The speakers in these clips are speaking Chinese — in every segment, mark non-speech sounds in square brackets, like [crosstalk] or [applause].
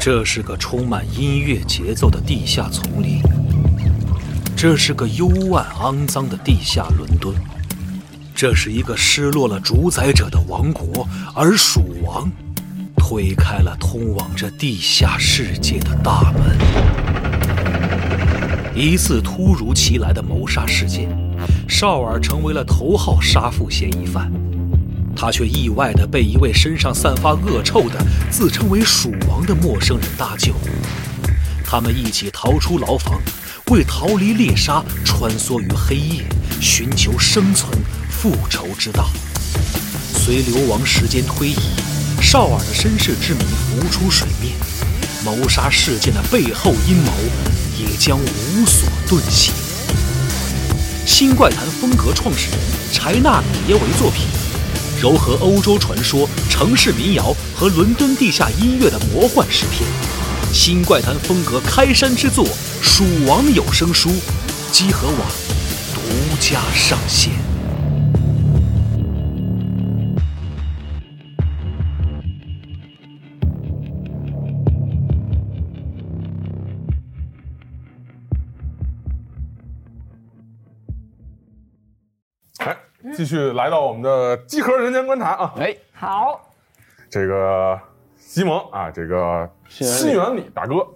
这是个充满音乐节奏的地下丛林，这是个幽暗肮脏的地下伦敦，这是一个失落了主宰者的王国，而蜀王推开了通往这地下世界的大门。一次突如其来的谋杀事件，绍尔成为了头号杀父嫌疑犯。他却意外地被一位身上散发恶臭的、自称为蜀王的陌生人搭救。他们一起逃出牢房，为逃离猎杀穿梭于黑夜，寻求生存、复仇之道。随流亡时间推移，绍尔的身世之谜浮出水面，谋杀事件的背后阴谋也将无所遁形。新怪谈风格创始人柴纳米耶为作品。糅合欧洲传说、城市民谣和伦敦地下音乐的魔幻诗篇，新怪谈风格开山之作《蜀王有声书》，积禾网独家上线。哎，继续来到我们的集合人间观察啊，哎，好，这个西蒙啊，这个新原里大 [laughs] 哥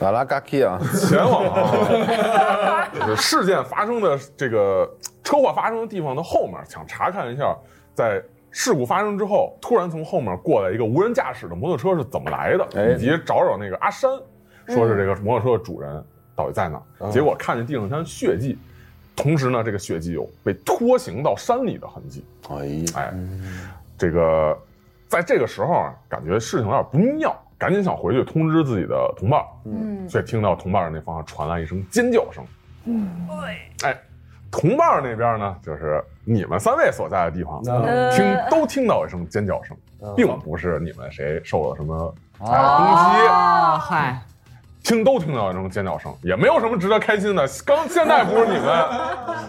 瓦拉嘎 k 啊，前往啊，就是事件发生的这个车祸发生的地方的后面，想查看一下，在事故发生之后，突然从后面过来一个无人驾驶的摩托车是怎么来哎的，以及找找那个阿山，说是这个摩托车的主人到底在哪啊儿。结果看见地上一滩血迹，同时呢，这个血迹有被拖行到山里的痕迹。哎，哎，这个在这个时候啊，感觉事情有点不妙，赶紧想回去通知自己的同伴，嗯，却听到同伴那方向传来一声尖叫声。哎，同伴那边呢，就是你们三位所在的地方，嗯听都听到一声尖叫声，并不是你们谁受了什么哦哎攻击。啊，嗨，听都听到一声尖叫声，也没有什么值得开心的。刚现在不是你们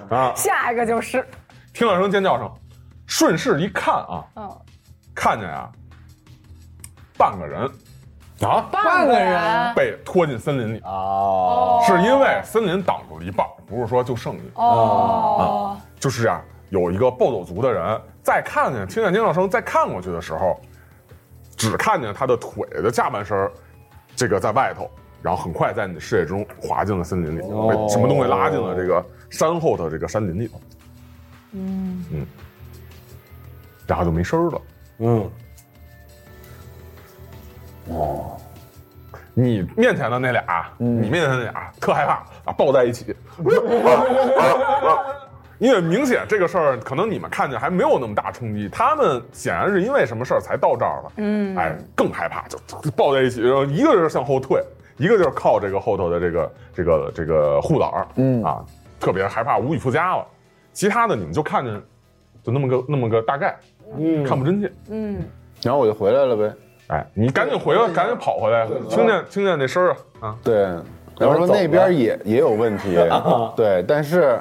啊，下一个就是，听到一声尖叫声，顺势一看啊，嗯，看见啊，半个人啊半个人哦被拖进森林里，啊，是因为森林挡住了一半，不是说就剩你，啊哦，就是这样。有一个暴走族的人，再看见听见尖叫声，再看过去的时候，只看见他的腿的下半身儿，这个在外头，然后很快在你的视野中滑进了森林里，被什么东西拉进了这个山后的这个山林里头。嗯然后就没声儿了。嗯，你面前的那俩，你面前那俩特害怕啊，抱在一起，因为明显这个事儿可能你们看见还没有那么大冲击，他们显然是因为什么事儿才到这儿了，嗯，哎，更害怕就就抱在一起，然后一个就是向后退，一个就是靠这个后头的这个这个这个护栏，嗯啊，特别害怕无以复加了。其他的你们就看见，就那么个那么个大概，嗯，看不真切。嗯，然后我就回来了呗，哎，你赶紧回来，赶紧跑回来，听见听见那声儿啊啊！对，然后啊说那边也也有问题， [laughs] 对，但是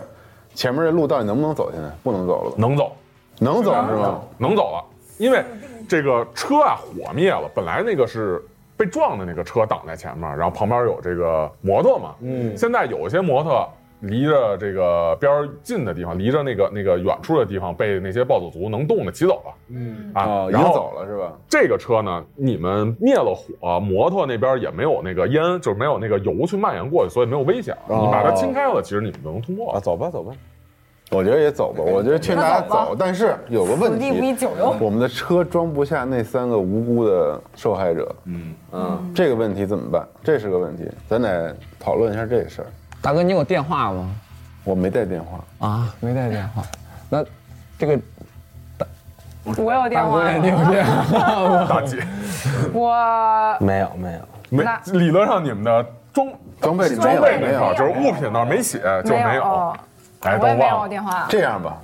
前面这路到底能不能走？现在不能走了吧？能走，能走是吗？啊能走了，因为这个车啊火灭了，本来那个是被撞的那个车挡在前面，然后旁边有这个摩托嘛，嗯，现在有些摩托离着这个边儿近的地方，离着那个那个远处的地方被那些暴走族能动的骑走了，嗯啊，啊，已然经后走了是吧？这个车呢，你们灭了火，摩托那边也没有那个烟，就是没有那个油去蔓延过去，所以没有危险。哦你把它清开了，其实你们就能通过啊，了。走吧，走吧，我觉得也走吧，我觉得劝大家那走走，但是有个问此地无题以久留，我们的车装不下那三个无辜的受害者，嗯，嗯，这个问题怎么办？这是个问题，咱得讨论一下这个事儿。大哥，你有电话吗？我没带电话，啊，没带电话。那这个我有电大话哥，你有了，电话吗？大姐，我没有，没有，没那理论上你们的装装备里没装有，备没那块有儿，就是物品那儿没写，就没有。哎，都哦我也没有忘了。电话，这样吧，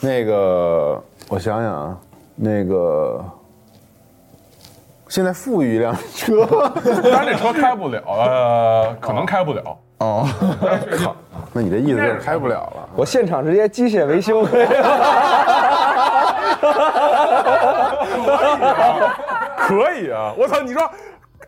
那个我想想啊，那个现在富裕一辆车，但是这车开不了， [laughs] 呃，可能开不了。那你的意思就是开不了了？我现场直接机械维修。可以啊！我操，你说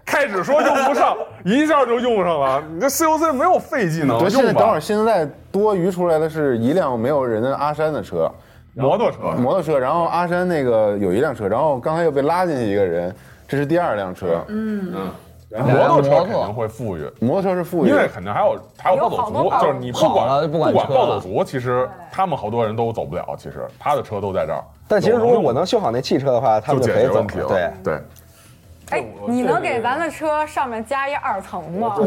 开始说用不上，一下就用上了。你这 COC 没有废技能，不是现在用等会吧儿，？现在多余出来的是一辆没有人的阿山的车，摩托车，摩托车，然后阿山那个有一辆车，然后刚才又被拉进去一个人，这是第二辆车，哎摩托车摩托肯定会富裕，摩托车是副因为余，肯定还有还有暴走有好多族暴，走就是你不跑了管就不不管管车啊暴了走族，其实他们好多人都走不了。其实他的车都在这儿， [laughs] 但其实如果我能修好那汽车的话，他就们就解可以决走问题了。了。对，对，哎，你能给咱的车上面加一二层吗？ [laughs]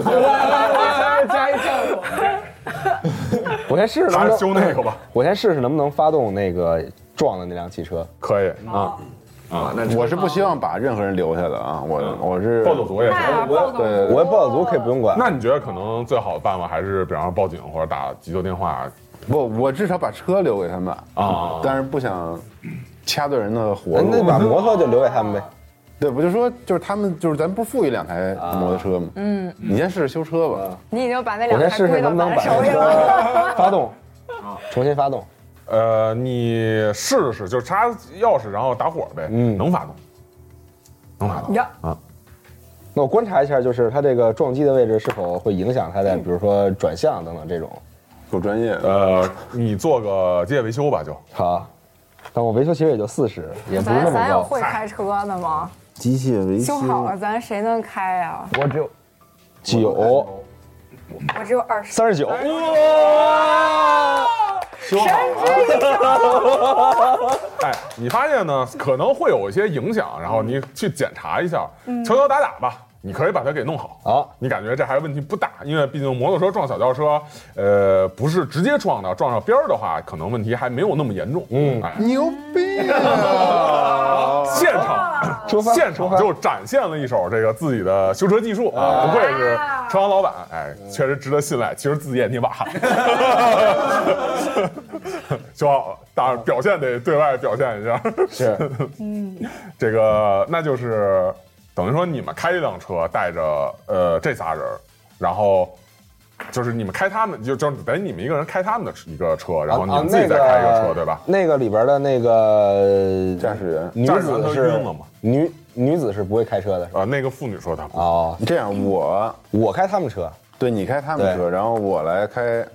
加一下我先试试能咱不修能，那个吧， [laughs] 我先试试能不能发动那个撞的那辆汽车。可以。啊我是不希望把任何人留下的啊，我我是暴走族也行。那暴走对我暴走族可以不用管。那你觉得可能最好的办法还是，比方说报警或者打急救电话不，我至少把车留给他们啊但是不想掐断人的活哎那路。把摩托就留给他们呗。对，我就说就是他们就是咱不是富裕两台啊摩托车吗？嗯，你先试试修车吧。你已经把那我两先台试试归能到不能咱把手那里了。 [laughs] 车发动，啊重新发动。呃，你试试，就是插钥匙然后打火呗，嗯能发动，能发动。呀，那我观察一下，就是它这个撞击的位置是否会影响它的，比如说转向等等这种。够专业的，呃，你做个机械维修吧，就好，但我维修其实也就四十，也不是那咱么咱有高。哎会开车的吗？机械维修好了，咱谁能开呀？我只有九我只有二十。三十九，哎，你发现呢，可能会有一些影响，然后你去检查一下，敲敲打打吧，你可以把它给弄好。好你感觉这还问题不大，因为毕竟摩托车撞小轿车，呃，不是直接撞的，撞上边儿的话，可能问题还没有那么严重。嗯，哎，牛逼啊！现场出发现出场发就展现了一手这个自己的修车技术啊，不愧是车行老板，哎，确实值得信赖。其实自己也泥巴， [laughs] 修好了，当然表现得对外表现一下。是这个那就是等于说你们开一辆车，带着呃这仨人儿，然后就是你们开他们，就就等于你们一个人开他们的一个车，然后你啊们自己再开一个车，对吧？？那个那个里边的那个驾驶员女驾驶员子都是晕了嘛女女子是不会开车的，是吧？呃，那个妇女说她不哦， [laughs] 这样我我开他们车，对你开他们的车，对然后我来开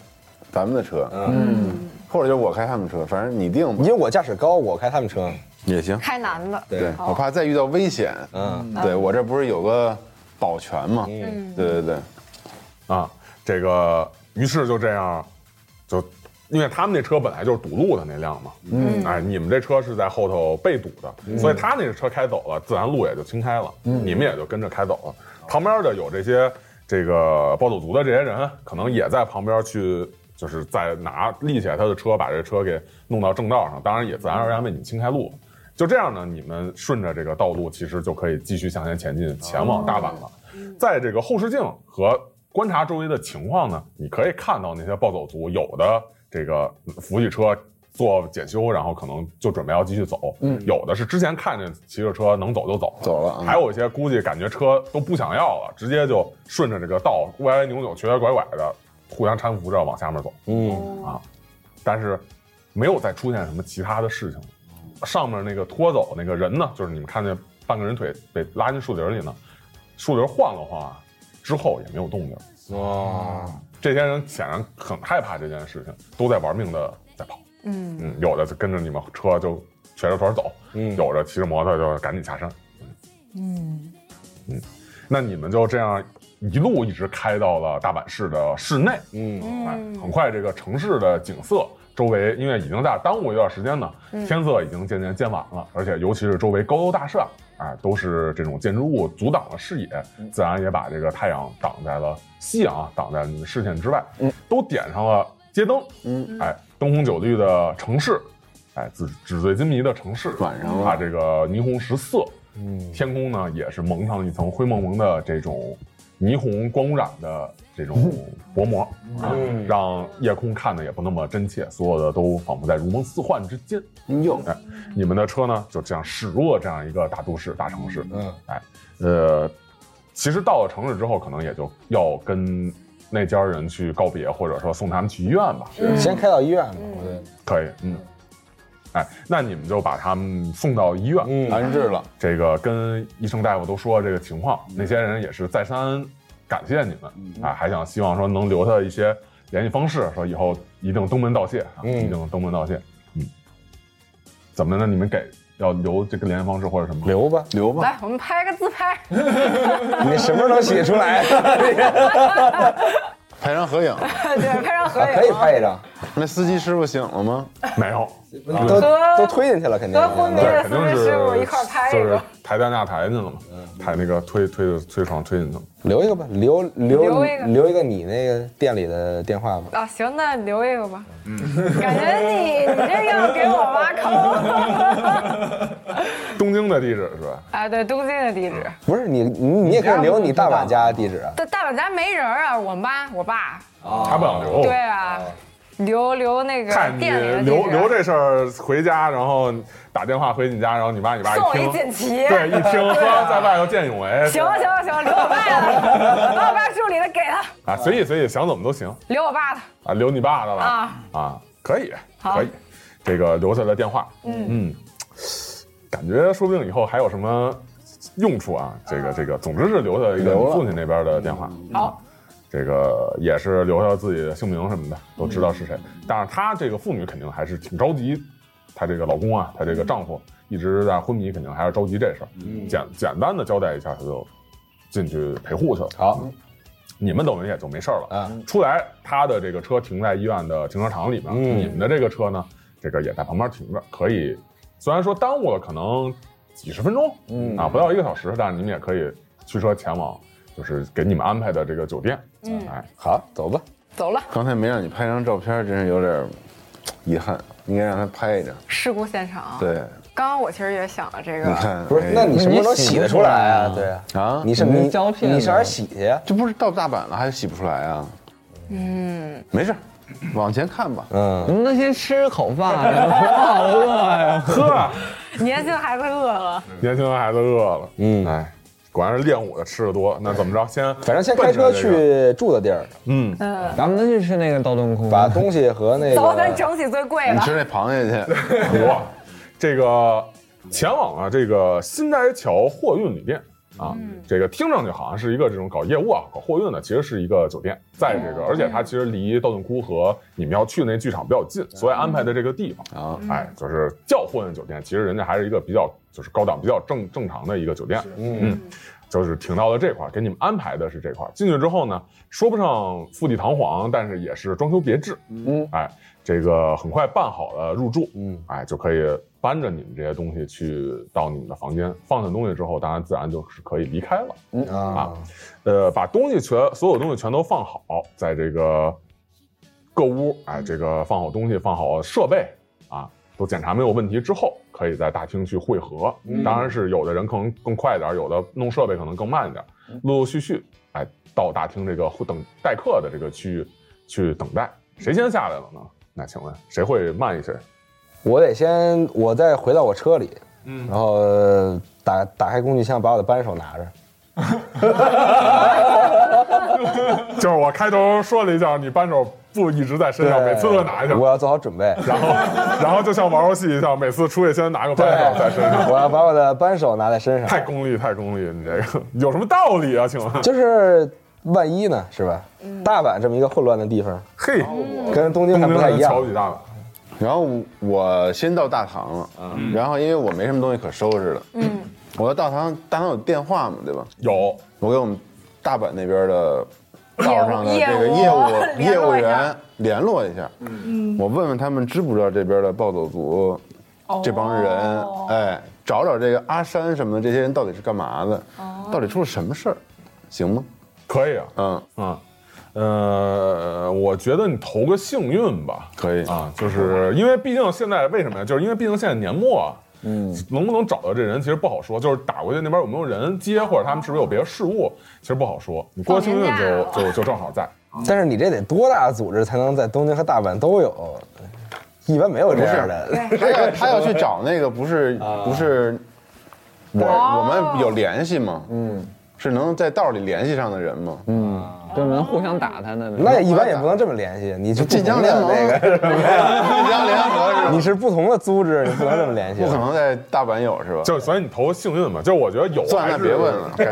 咱们的车，嗯，或者就是我开他们车，反正你定吧因为我驾驶高，我开他们车。也行。开男的，对，我怕再遇到危险，嗯，对我这不是有个保全吗？对对对，啊，这个于是就这样，就因为他们那车本来就是堵路的那辆嘛，嗯，哎，你们这车是在后头被堵的，所以他那车开走了，自然路也就清开了，你们也就跟着开走了。旁边的有这些这个暴走族的这些人，可能也在旁边去。就是在拿立起来他的车，把这车给弄到正道上，当然也自然而然为你们清开路。就这样呢，你们顺着这个道路，其实就可以继续向前前进，前往大阪了。在这个后视镜和观察周围的情况呢，你可以看到那些暴走族有的这个扶起车做检修，然后可能就准备要继续走；嗯，有的是之前看着骑着车能走就走走了啊还有一些估计感觉车都不想要了，直接就顺着这个道歪歪扭扭、瘸瘸拐拐的，互相搀扶着往下面走。嗯啊，但是没有再出现什么其他的事情了。上面那个拖走那个人呢，就是你们看见半个人腿被拉进树林里呢，树林晃了晃，之后也没有动静。哦，这些人显然很害怕这件事情，都在玩命的在跑。嗯，嗯，有的就跟着你们车就瘸着腿走，嗯有的骑着摩托就赶紧下山。嗯嗯，那你们就这样一路一直开到了大阪市的市内。嗯，哎，很快这个城市的景色周围，因为已经在耽误一段时间呢，天色已经渐渐渐晚了，而且尤其是周围高楼大厦，哎，都是这种建筑物阻挡了视野，嗯自然也把这个太阳挡在了夕阳啊挡在你的视线之外，嗯都点上了街灯，嗯，哎，灯红酒绿的城市，哎，纸纸醉金迷的城市，晚上了把这个霓虹十色，嗯，天空呢也是蒙上一层灰蒙蒙的这种霓虹光污染的这种薄膜，啊，让夜空看的也不那么真切，所有的都仿佛在如梦似幻之间。哟，哎，你们的车呢就这样驶入了这样一个大都市、大城市，嗯，哎，呃，其实到了城市之后，可能也就要跟那家人去告别，或者说送他们去医院吧，嗯先开到医院吧，我觉得可以，嗯。哎，那你们就把他们送到医院，嗯安置了，这个跟医生大夫都说这个情况，嗯那些人也是再三感谢你们，啊，还想希望说能留下一些联系方式，说以后一定登门道谢，啊，嗯一定登门道谢，嗯，怎么的呢？你们给要留这个联系方式或者什么？留吧，留吧。来，我们拍个自拍，你什么时候能写出来？拍张合影。 [laughs] 对，拍张合影。 [laughs] 啊可以拍一张，那司机师傅醒了吗？没 [laughs] 有，都都推进去了，肯定啊得昏迷啊对，了，肯司定机是师傅一块儿拍一就是个。嗯抬担架抬进去了嘛，抬那个推推的推床推进去了。留一个吧，留留留一个留一个你那个店里的电话吧。啊，行，那留一个吧。嗯感觉你你这要给我挖 [laughs] 坑。东京的地址是吧？啊，对，东京的地址。嗯不是你你你也可以留你大碗家地址啊。但大本家没人啊，我妈我爸。他不想留。对啊，留留那个哦看你店里的地址。留留这事儿回家，然后打电话回你家，然后你妈你爸送我一一听，锦旗。对，一听说在外头见义勇为， [laughs] 行了行了行了，留我爸的，把我爸助理的给他，啊，随意随意，想怎么都行留我爸的。啊，留你爸的了啊啊，可以好可以，这个留下了电话，嗯感觉说不定以后还有什么用处啊，这个这个，总之是留下一个留你了父亲那边的电话，啊好，这个也是留下自己的姓名什么的，都知道是谁。但是她这个妇女肯定还是挺着急，她这个老公啊，她这个丈夫一直在昏迷，肯定还是着急这事儿。嗯简简单的交代一下，她就进去陪护去了。好，你们等于也就没事儿了。啊出来，她的这个车停在医院的停车场里面，嗯你们的这个车呢，这个也在旁边停着，可以虽然说耽误了可能几十分钟，嗯啊，不到一个小时，但是你们也可以驱车前往。就是给你们安排的这个酒店，嗯，哎，好，走吧。走了，刚才没让你拍张照片，真是有点儿遗憾，应该让他拍一张。啊事故现场。，对，刚刚我其实也想了这个。你嗯看，不是哎，那你什么时候能洗得出来那你啊？洗不出对来啊，啊，你上你你胶片呢你上哪儿洗去呀？这不是到大阪了，还洗不出来啊？嗯，没事儿，往前看吧。嗯，那先吃口饭吧，啊 [laughs] 我好饿呀！呵啊，年轻孩子饿了，年轻的孩子饿了，嗯哎，果然是练武的吃的多。那怎么着，先反正先开车奔着这个，去住的地儿，嗯， [laughs] 咱们就去吃那个刀顿窟，把东西和 [laughs] 那走，咱个整起最贵你的。吃那螃蟹去，哇， [laughs] 这个前往啊，这个新斋桥货运旅店啊，这个听上去好像是一个这种搞业务啊、搞货运的，其实是一个酒店，在这个，而且它其实离道顿窟和你们要去那剧场比较近，所以安排的这个地方啊，哎，就是叫货运酒店，其实人家还是一个比较就是高档、比较正正常的一个酒店，嗯。就是停到了这块儿，给你们安排的是这块儿。进去之后呢，说不上富丽堂皇，但是也是装修别致。嗯，哎，这个很快办好了入住，嗯，哎，就可以搬着你们这些东西去到你们的房间，放下东西之后，当然自然就是可以离开了。啊，呃，把东西全所有东西全都放好，在这个各屋，哎，这个放好东西，放好设备啊，都检查没有问题之后，可以在大厅去汇合。当然是有的人可能更快一点，有的弄设备可能更慢一点，陆陆续续，哎，到大厅这个会等待客的这个区域去等待。谁先下来了呢？那请问谁会慢一些？我得先我再回到我车里，嗯然后打打开工具箱，把我的扳手拿着， [laughs] 就是我开头说了一下，你扳手不一直在身上，每次都拿一下。我要做好准备。然后，然后就像玩游戏一样，每次出去先拿个扳手在身上。我要把我的扳手拿在身上，太功利，太功利！你这个有什么道理啊？请问，就是万一呢，是吧？大阪这么一个混乱的地方，嘿，跟东京还东不京太一人瞧样不。起大了。然后我先到大堂了，然后因为我没什么东西可收拾了，嗯，我到大堂，大堂有电话嘛，对吧？有，我给我们大阪那边的道上的业务这个业务业务业务联络一下员联络一下，嗯，我问问他们知不知道这边的暴走族这帮人，哎，找找这个阿山什么的这些人到底是干嘛的，到底出了什么事儿，行吗？可以啊，嗯，嗯，呃，我觉得你投个幸运吧，可以啊，就是因为毕竟现在为什么呀？就是因为毕竟现在年末啊，嗯，能不能找到这人其实不好说，就是打过去那边有没有人接，或者他们是不是有别的事务，其实不好说。你过个幸运放年就假就就正好在，但是你这得多大的组织才能在东京和大阪都有？一般没有这样的。啊他要他要去 [laughs] 哦找那个不是不是我我们有联系吗？嗯，是能在道里联系上的人吗？嗯，就是能互相打探的呗。那也一般也不能这么联系，你就晋江联盟那个是吧？ [laughs] 晋江联合是吧 [laughs] 你是不同的组织，你不能这么联系不。可能在大阪有是吧？就所以你投幸运嘛，就是我觉得有算还了，是那别问了，，感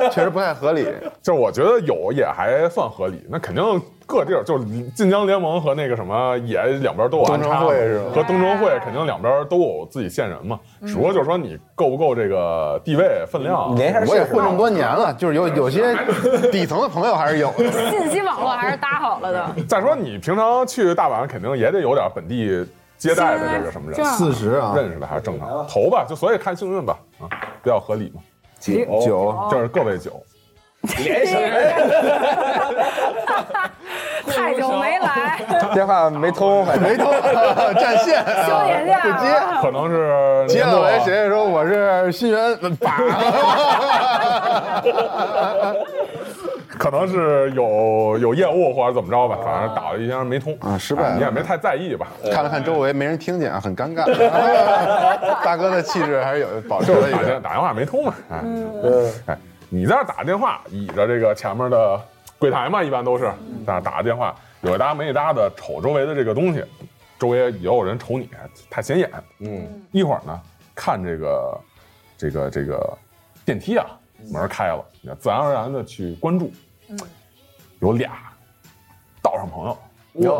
觉确实不太合理。 [laughs] 就是我觉得有也还算合理，那肯定各地儿就是晋江联盟和那个什么也两边都有安插嘛东城会是吧和东城会肯定两边都有自己线人嘛，只不过就是说你够不够这个地位分量你，连一下我也试试混这么多年啊了，就是有有些底层的朋友还是有的。 [laughs] 信息网络还是搭好了的。再说你平常去大阪肯定也得有点本地接待的这个什么人这。样四十啊，认识的还是正常，投吧，就所以看幸运吧，啊，比较合理嘛，九就是各位酒，太久没来， [laughs] 电话没通，反正没通，占线啊，休年假不接。啊了可能是啊接联了络喂，谁说我是新源？爸，可能是有有业务或者怎么着吧，反正打了一下没通啊失败了哎你也没太在意吧。看了看周围，没人听见啊，很尴尬。 [laughs] 大哥的气质还是有保持就了是一打电点。打电话没通嘛，哎，嗯哎，你在那打电话，倚着这个前面的柜台嘛，一般都是在那打个电话，有一搭没一搭的瞅周围的这个东西，周围也有人瞅你，太显眼。嗯，一会儿呢，看这个这个这个电梯啊，门开了，你自然而然的去关注，有俩道上朋友，有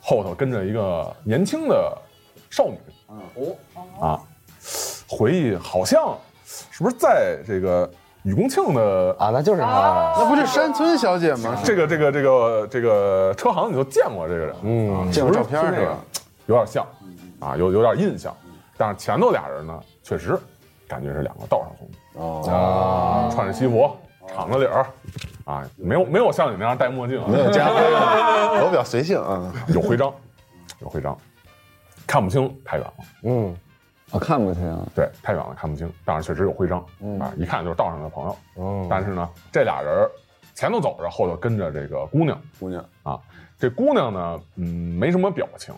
后头跟着一个年轻的少女，哦啊，回忆好像是不是在这个雨宫庆的啊，那就是他，那不是山村小姐吗？这个这个这个这个车行你就见过这个人，啊嗯，见过照片是是那个吧？嗯有点像，啊，有有点印象，但是前头俩人呢，确实感觉是两个道上兄弟，哦，啊，穿着西服，敞着脸儿，啊，没有没有像你那样戴墨镜啊，没有加分啊，我比较随性啊。 [laughs] 有徽章，有徽章，看不清太远了。嗯，我看不啊清，对，太远了看不清，但是确实有徽章、啊，一看就是道上的朋友。嗯但是呢，这俩人儿前头走着，后头跟着这个姑娘。姑娘，啊，这姑娘呢，嗯，没什么表情，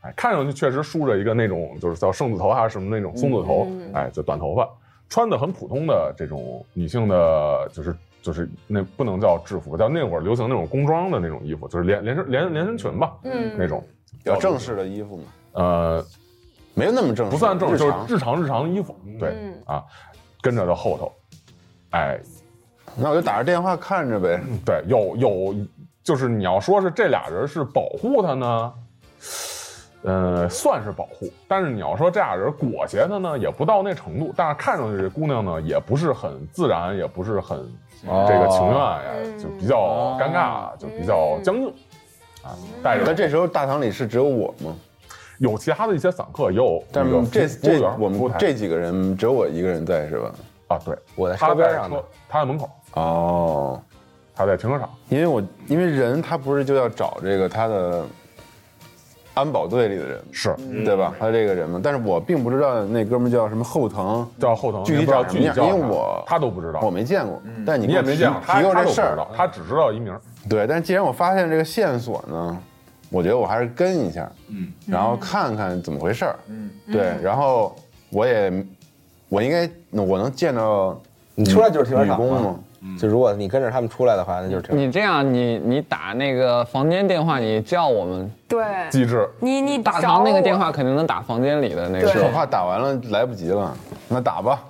哎，看上去确实梳着一个那种就是叫圣子头还是什么那种松子头，哎，就短头发，穿的很普通的这种女性的，就是就是那不能叫制服，叫那会儿流行那种工装的那种衣服，就是连连身连连身裙吧，嗯那种比较正，式的衣服嘛，呃，没有那么正式，不算正式，就日是常日常日常的衣服，对、嗯啊，跟着到后头，哎，那我就打着电话看着呗。对，有有，就是你要说是这俩人是保护他呢，呃，算是保护，但是你要说这俩人裹挟他呢，也不到那程度。但是看上去这姑娘呢，也不是很自然，也不是很哦这个情愿，哎嗯就比较尴尬，就比较僵硬啊。带但着这时候大堂里是只有我吗？有其他的一些散客，也嗯有但那个是服服这务这员我服务们台这几个人只有我一个人在是吧？啊，对，我在他车在边上呢车，他在门口，哦，他在停车场。因为我因为人他不是就要找这个他的安保队里的人吗，是对吧？他这个人嘛，但是我并不知道那哥们儿叫什么后藤，叫后头，具体你不知道长具体什么叫样啥，因为我他都不知道，我没见过，但嗯你你给也我没提见过，他提过他这都不事知儿道，，他只知道一名。对。但既然我发现这个线索呢，我觉得我还是跟一下，嗯，然后看看怎么回事儿，嗯，对，然后我也我应该我能见到你出来就是停车女场工嘛吗？？就如果你跟着他们出来的话，那就是停车场。你这样，你你打那个房间电话，你叫我们对，机制，你你大找堂那个我电，话，肯定能打房间里的那个。对我怕打完了来不及了，那打吧，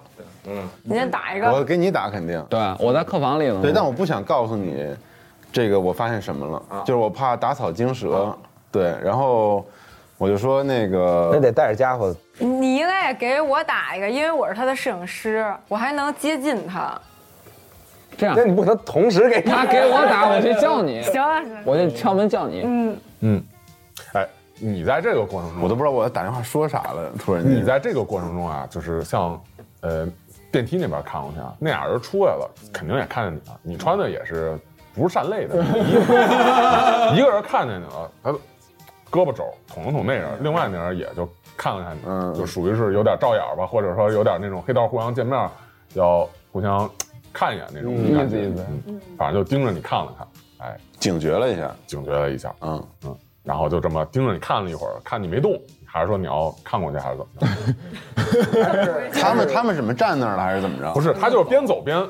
你先打一我个，给你打肯定。对，我在客房里呢。对，但我不想告诉你这个我发现什么啊了，就是我怕打草惊蛇。对，然后我就说那那个，得带着家伙，你应该也给我打一个，因为我是他的摄影师，我还能接近他。这样那，你不可能同时给他给我打，我去叫你，行啊，行啊我就敲门叫你。哎，你在这个过程中，我都不知道我打电话说啥了，突然间。你在这个过程中啊，就是像呃电梯那边看过去啊，那俩人出来了，肯定也看见你了。你穿的也是不是善类的衣服，一个人看见你了，他胳膊肘捅了捅那人，另外那人也就看了看你，嗯就属于是有点照眼吧，或者说有点那种黑道互相见面要互相看一眼那种感觉，意思意思嗯反正就盯着你看了看，哎，警觉了一下，警觉了一下，嗯，嗯，然后就这么盯着你看了一会儿，看你没动，还是说你要看过去，还是怎么着？他们他们怎么站那儿了，还是怎么着？不是，他就是边走边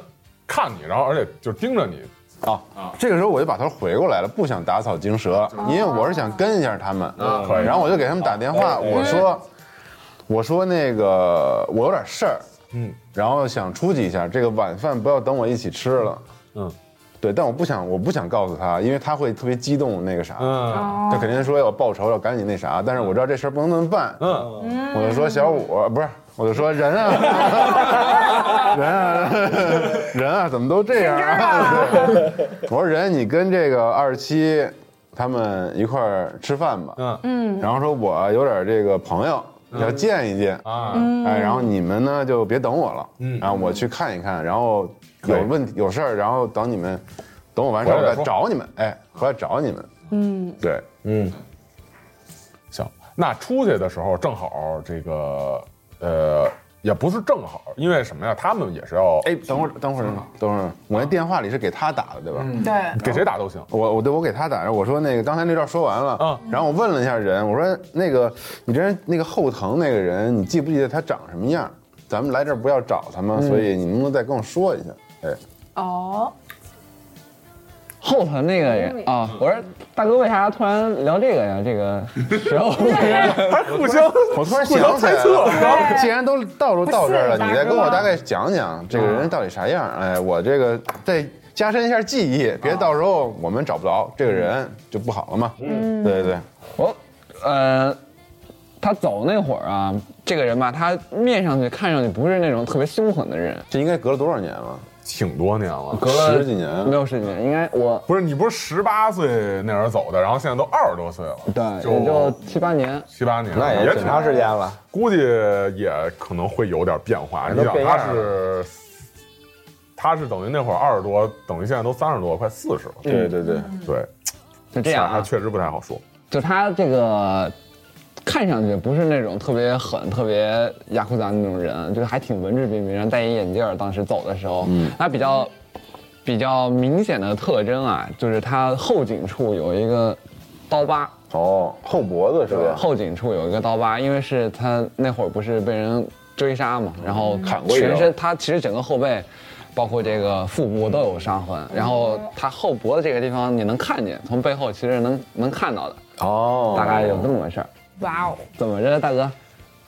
看你，然后而且就盯着你。啊，这个时候我就把头回过来了，不想打草惊蛇，哦因为我是想跟一下他们，可以然后我就给他们打电哦话，我说，我说那个我有点事儿，嗯，然后想出去一下，这个晚饭不要等我一起吃了，嗯对，但我不想我不想告诉他，因为他会特别激动那个啥，嗯他肯定说要报仇要赶紧那啥，但是我知道这事儿不能那么办，嗯，我就说小五不是，我就说人啊， [laughs] 人啊，人啊，怎么都这样啊？对 [laughs] 我说人，你跟这个二十七他们一块儿吃饭吧。嗯嗯。然后说我有点这个朋友要见一见，啊，哎，然后你们呢就别等我了，嗯然后我去看一看，然后有可以问题有事儿，然后等你们，等我完事回儿来我再再找你们，哎，回来找你们。嗯，对，行。那出去的时候正好这个呃，也不是正好，因为什么呀？他们也是要哎，等会儿，嗯等会儿，等会儿，我那电话里是给他打的，对吧？对，给谁打都行。我我对我给他打，我说那个刚才那段说完了，嗯然后我问了一下人，我说那个你这人那个后藤那个人，你记不记得他长什么样？咱们来这儿不要找他吗？所以你能不能再跟我说一下？哎，哦，后头那个人啊，我说大哥，为啥突然聊这个呀？这个 [laughs] 时候还互相，我突然想起来不能了，哎既然都到时候到这儿了，你再跟我大概讲讲这个人到底啥样？哎，我这个再加深一下记忆，别到时候我们找不着这个人就不好了嘛。嗯，对对对，我，呃，他走那会儿啊，这个人吧，他面上去看上去不是那种特别凶狠的人，这应该隔了多少年了？挺多年了。隔了嗯十几年没有十几年，应该我不是你不是十八岁那会儿走的，然后现在都二十多岁了，对也就就七八年，七八年了，那也也挺挺长时间了。估计也可能会有点变化。你都想变他样是，他是等于那会儿二十多，等于现在都三十多，快四十了。对对对，对，就这样还啊，确实不太好说。就他这个看上去不是那种特别狠、特别雅库扎那种人，就是还挺文质彬彬，然后戴一眼镜儿。当时走的时候，嗯他比较比较明显的特征啊，就是他后颈处有一个刀疤，哦，后脖子是吧？后颈处有一个刀疤，因为是他那会儿不是被人追杀嘛，然后嗯砍过一刀全身他其实整个后背。包括这个腹部都有伤痕，然后他后脖子这个地方你能看见，从背后其实能能看到的，哦大概有这么回事儿。哇哦，怎么着，大哥？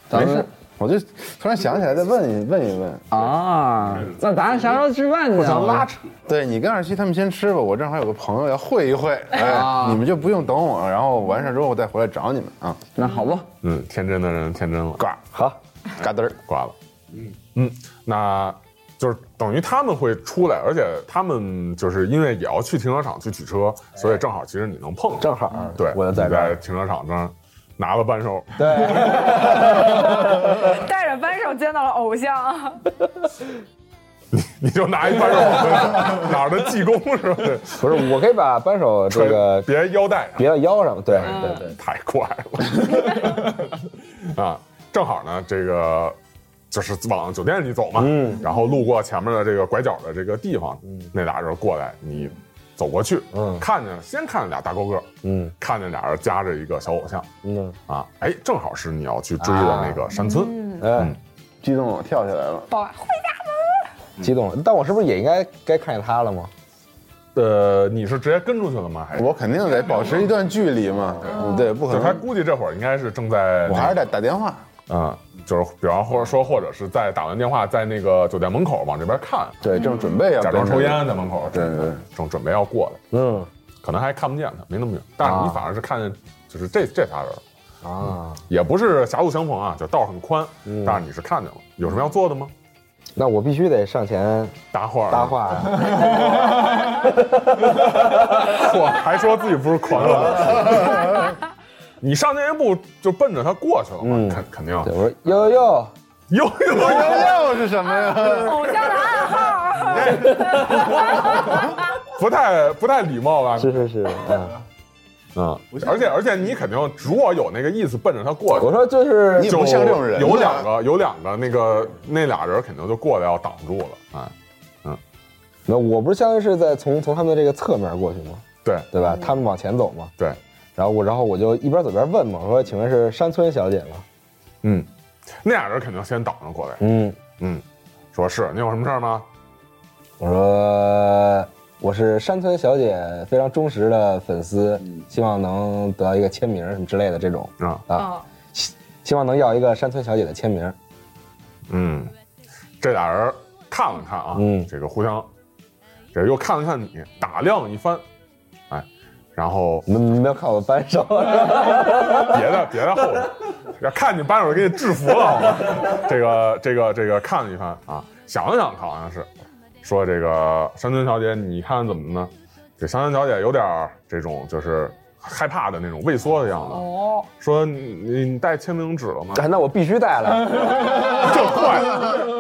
咱们我就突然想起来再问一问一问，啊，那咱啥时候吃饭去？我想拉扯。对你跟二七他们先吃吧，我正好有个朋友要会一会，哎啊，你们就不用等我，然后完事之后我再回来找你们啊，那好吧，嗯，天真的人天真了，挂好，嘎噔儿，挂了。嗯嗯，那就是等于他们会出来，而且他们就是因为也要去停车场去取车，所以正好其实你能碰上。正好，对，我就在你这在儿。停车场上拿了扳手，带着扳手见到了偶像，你就拿一 [laughs] 扳手回来，哪儿的济公是吧？ [laughs] 不是，我可以把扳手这个别腰带啊上，别到腰上，对对对，太快了 [laughs] 啊！正好呢，这个就是往酒店里走嘛，嗯然后路过前面的这个拐角的这个地方，那俩人过来，你走过去，嗯看见先看见俩大高个儿，嗯看见俩人夹着一个小偶像嗯，啊，哎，正好是你要去追啊的那个山村，哎，激动我跳起来了，保安会激动了。但我是不是也应该该看见他了吗？呃，你是直接跟出去了吗？还是我肯定得保持一段距离嘛，对，不可就他能，估计这会儿应该是正在我那还是得打电话，嗯，就是比方或者说，或者是在打完电话，在那个酒店门口往这边看，对，正准备要假装抽，烟在门口，对对对，正准备要过来，嗯可能还看不见他，没那么远，但是你啊反而是看见，就是这这仨人，啊，也不是狭路相逢啊，就道很宽，但是你是看见了，有什么要做的吗？那我必须得上前搭话儿，[laughs] 搭话啊呀。嚯，还说自己不是狂热。你上前一步就奔着他过去了嘛，肯肯定。对，我说呦呦呦，呦呦呦！又哎是什么呀？偶像的暗 [laughs] 号，不太不太礼貌吧？是是是，嗯，嗯，而且而且你肯定如果有那个意思奔着他过去我，说就是你也就不像这种人，有两，个，有两个，那个那俩人肯定就过来要挡住了，哎，那我不是相当于是在从从他们的这个侧面过去吗？对对吧？他们往前走嘛，对，然后我然后我就一边走边问嘛，我说请问是山村小姐吗？嗯，那俩人肯定先挡着过来，嗯，嗯，说是你有什么事儿吗？我说我是山村小姐非常忠实的粉丝，嗯希望能得到一个签名什么之类的这种啊，啊，哦，希望能要一个山村小姐的签名。嗯，这俩人看了看啊，嗯这个互相，这又看了看你，打量一番，哎，然后你们不要看我扳 [laughs] 手，别的别的后头，要看你班主任给你制服了，好吗？这个这个这个看了一番啊，想了想，好像是说这个山村小姐，你看怎么呢？这山村小姐有点儿这种就是害怕的那种畏缩的样子，哦，说你你你带签名纸了吗？ [laughs] 哎那我必须带来，这坏，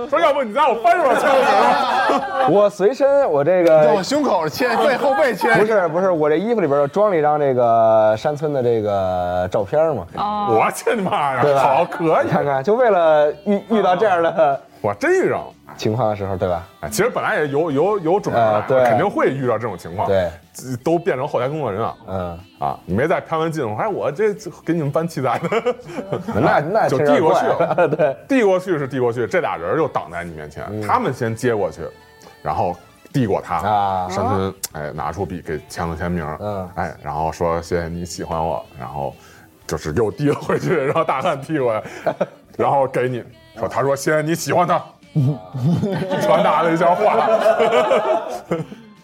说要不你在我班上签个名。我随身我这在个我胸口签，在后背签，不是不是，我这衣服里边装了一张这个山村的这个照片嘛，哦，我去你妈对呀！吧好，可以你，看看，就为了遇遇到这样的我真遇上了。情况的时候，对吧？哎，其实本来也有有有准备哎的，对肯定会遇到这种情况。对，都变成后台工作人员了。嗯，啊，你没在拍完进，我还我这这给你们搬器材 [laughs] 呢，那那就确实递过去怪 [laughs] 了。对，递过去是递过去，这俩人就挡在你面前，他们先接过嗯去，然后递过他。啊山村哎拿出笔给签了签名，嗯哎，然后说谢谢你喜欢我，然后就是又递了回去，然后大汉递过 [laughs] 来，然后给你说他说谢谢你喜欢他。传达了一下话，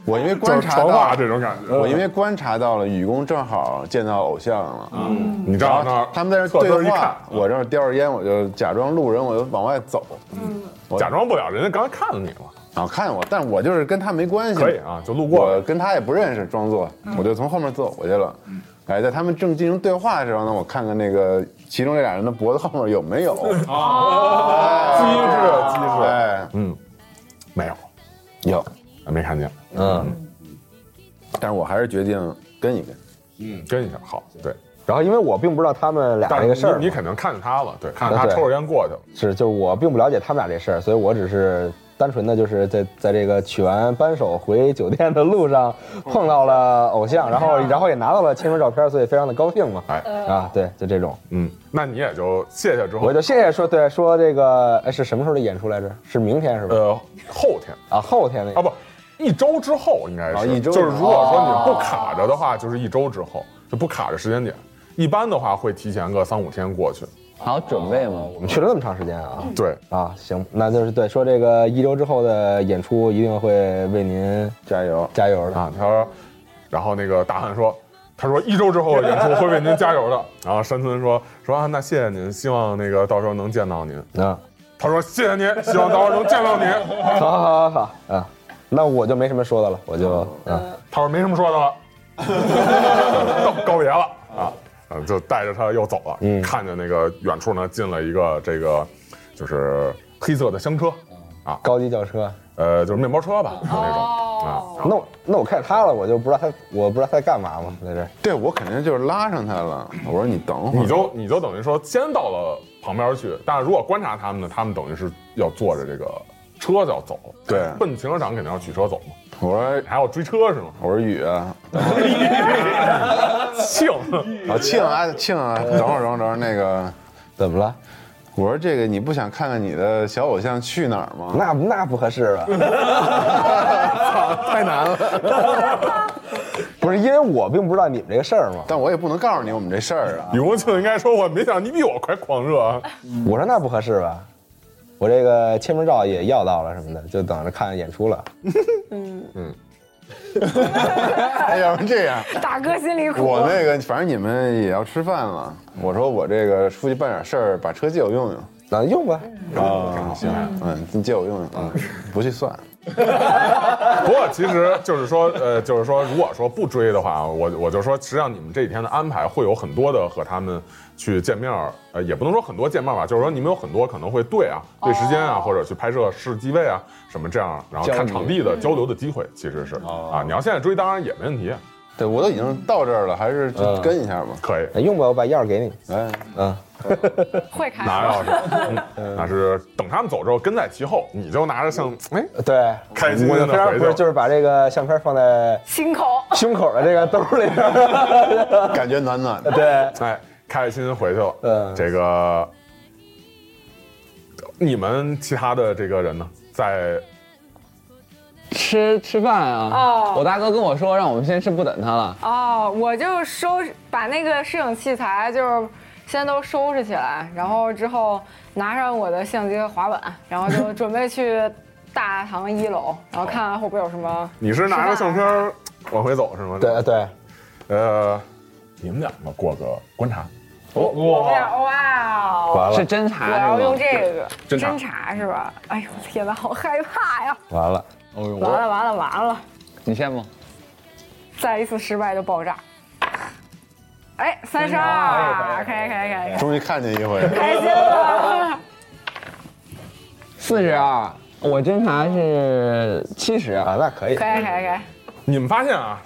我因为就观是察传到话，这种感觉。我因为观察到了，雨公正好见到偶像了，你站到然后那儿，他们在那侧头对一看话，，我这儿叼着烟，我就假装路人，我就往外走，我假装不了，人家刚才看了你了，然后看我，但我就是跟他没关系，可以啊，就路过嗯我了。跟他也不认识，装作我就从后面走过去了。哎，在他们正进行对话的时候呢，我看看那个其中这俩人的脖子后面有没有，机智啊 [laughs] 机智，哎，嗯，没有，有，没看见，嗯。但是我还是决定跟一跟。嗯，跟一下，好，对，然后因为我并不知道他们俩但这是个事儿嘛，你你肯定看见他了，对，看见他对抽着烟过去了，是，就是我并不了解他们俩这事儿，所以我只是单纯的就是在在这个取完扳手回酒店的路上嗯碰到了偶像，然后然后也拿到了签名照片，所以非常的高兴嘛。哎，啊，对，就这种，嗯，那你也就谢谢之后我，就谢谢说对说这个哎是什么时候的演出来着？是明天是吧？呃，后天啊，后天那啊个不，一周之后应该啊是，一周就是如果哦说你不卡着的话，就是一周之后，就不卡着时间点。一般的话会提前个三五天过去，还要准备吗？我们去了那么长时间啊。对，啊，行，那就是对说这个一周之后的演出一定会为您加油！加油的。啊，他说，然后那个大汉说，他说一周之后的演出会为您加油的。然后山村说说啊，那谢谢您，希望那个到时候能见到您。啊，他说谢谢您，希望到时候能见到您。好好好好啊，那我就没什么说的了，我就啊。他说没什么说的了，告告别了啊，嗯，就带着他又走了。嗯看见那个远处呢进了一个这个就是黑色的厢车，高级轿车。呃，就是面包车吧，就那种啊。哦，那我那我看他了，我就不知道他，我不知道他在干嘛嘛，在这儿。对我肯定就是拉上他了。我说你等会儿，你就你就等于说先到了旁边去，但是如果观察他们呢，他们等于是要坐着这个车就要走，对奔停车场肯定要取车走嘛，我说还要追车是吗？ [laughs] 我说雨啊， [laughs] 庆，啊庆啊庆啊，等会儿等会儿等会儿那个，怎么了？我说这个你不想看看你的小偶像去哪儿吗？那那不合适吧？太难了， [laughs] 不是因为我并不知道你们这个事儿嘛。但我也不能告诉你我们这事儿啊。李国庆应该说我没想到你比我快狂热啊，我说那不合适吧？我这个签名照也要到了什么的，就等着看演出了。哎， [laughs] 要不然这样，大哥心里苦，我那个，反正你们也要吃饭了。我说我这个出去办点事儿，把车借我用用。那用吧。啊，行，嗯，你借我用用啊，不去算。不过其实就是说，呃，就是说，如果说不追的话，啊我我就说，实际上你们这几天的安排会有很多的和他们去见面儿，呃，也不能说很多见面吧，就是说你们有很多可能会对啊，对时间啊，或者去拍摄试机位啊什么这样，然后看场地的交流的机会，其实是啊，你要现在追当然也没问题，对我都已经到这儿了，还是就跟一下吧。可以。那用吧，我把钥匙给你。哎，嗯，会开拿啊钥 [laughs] 匙，嗯那是等他们走之后跟在其后，你就拿着像哎对，开心我的就非常回不去是，就是把这个相片放在心口。胸口的这个兜里边儿。感觉暖暖的。 [laughs] 对，哎，开开心心回去了。嗯这个你们其他的这个人呢，在吃吃饭啊哦！我大哥跟我说，让我们先吃，不等他了。哦，我就收拾把那个摄影器材就是先都收拾起来，然后之后拿上我的相机和滑板，然后就准备去大堂一楼，然后看看后边有什么。你是拿着相片儿往回走是吗？对，对，呃，你们两个过个观察，哇哦哇！完是了侦我要查是用吗？这个侦查是吧？哎呦天哪，好害怕呀！完了，哦完了完了完了，你先吧。再一次失败就爆炸。哎，三十二，哎可以可以可以，终于看见一回，开心了。四十二，我侦查是七十。啊，那可以可，以可以可以，你们发现啊，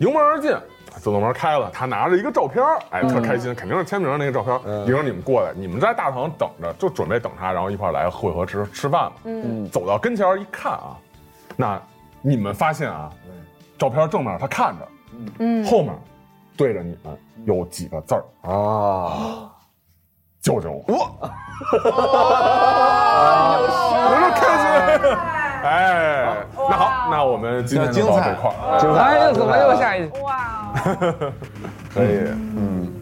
迎门而进，自动门开了，他拿着一个照片儿，哎，特开心，肯定是签名那个照片儿，迎着你们过来，你们在大堂等着，就准备等他，然后一块儿来会合吃吃饭嘛。嗯，走到跟前儿一看啊，那你们发现啊，照片正面他看着，嗯，后面对着你们有几个字儿啊哦，：“救救我！”哦有事。哎，那好，那啊我们今天就到这块儿。哦哎呀，怎么又下一？哇！可以，嗯，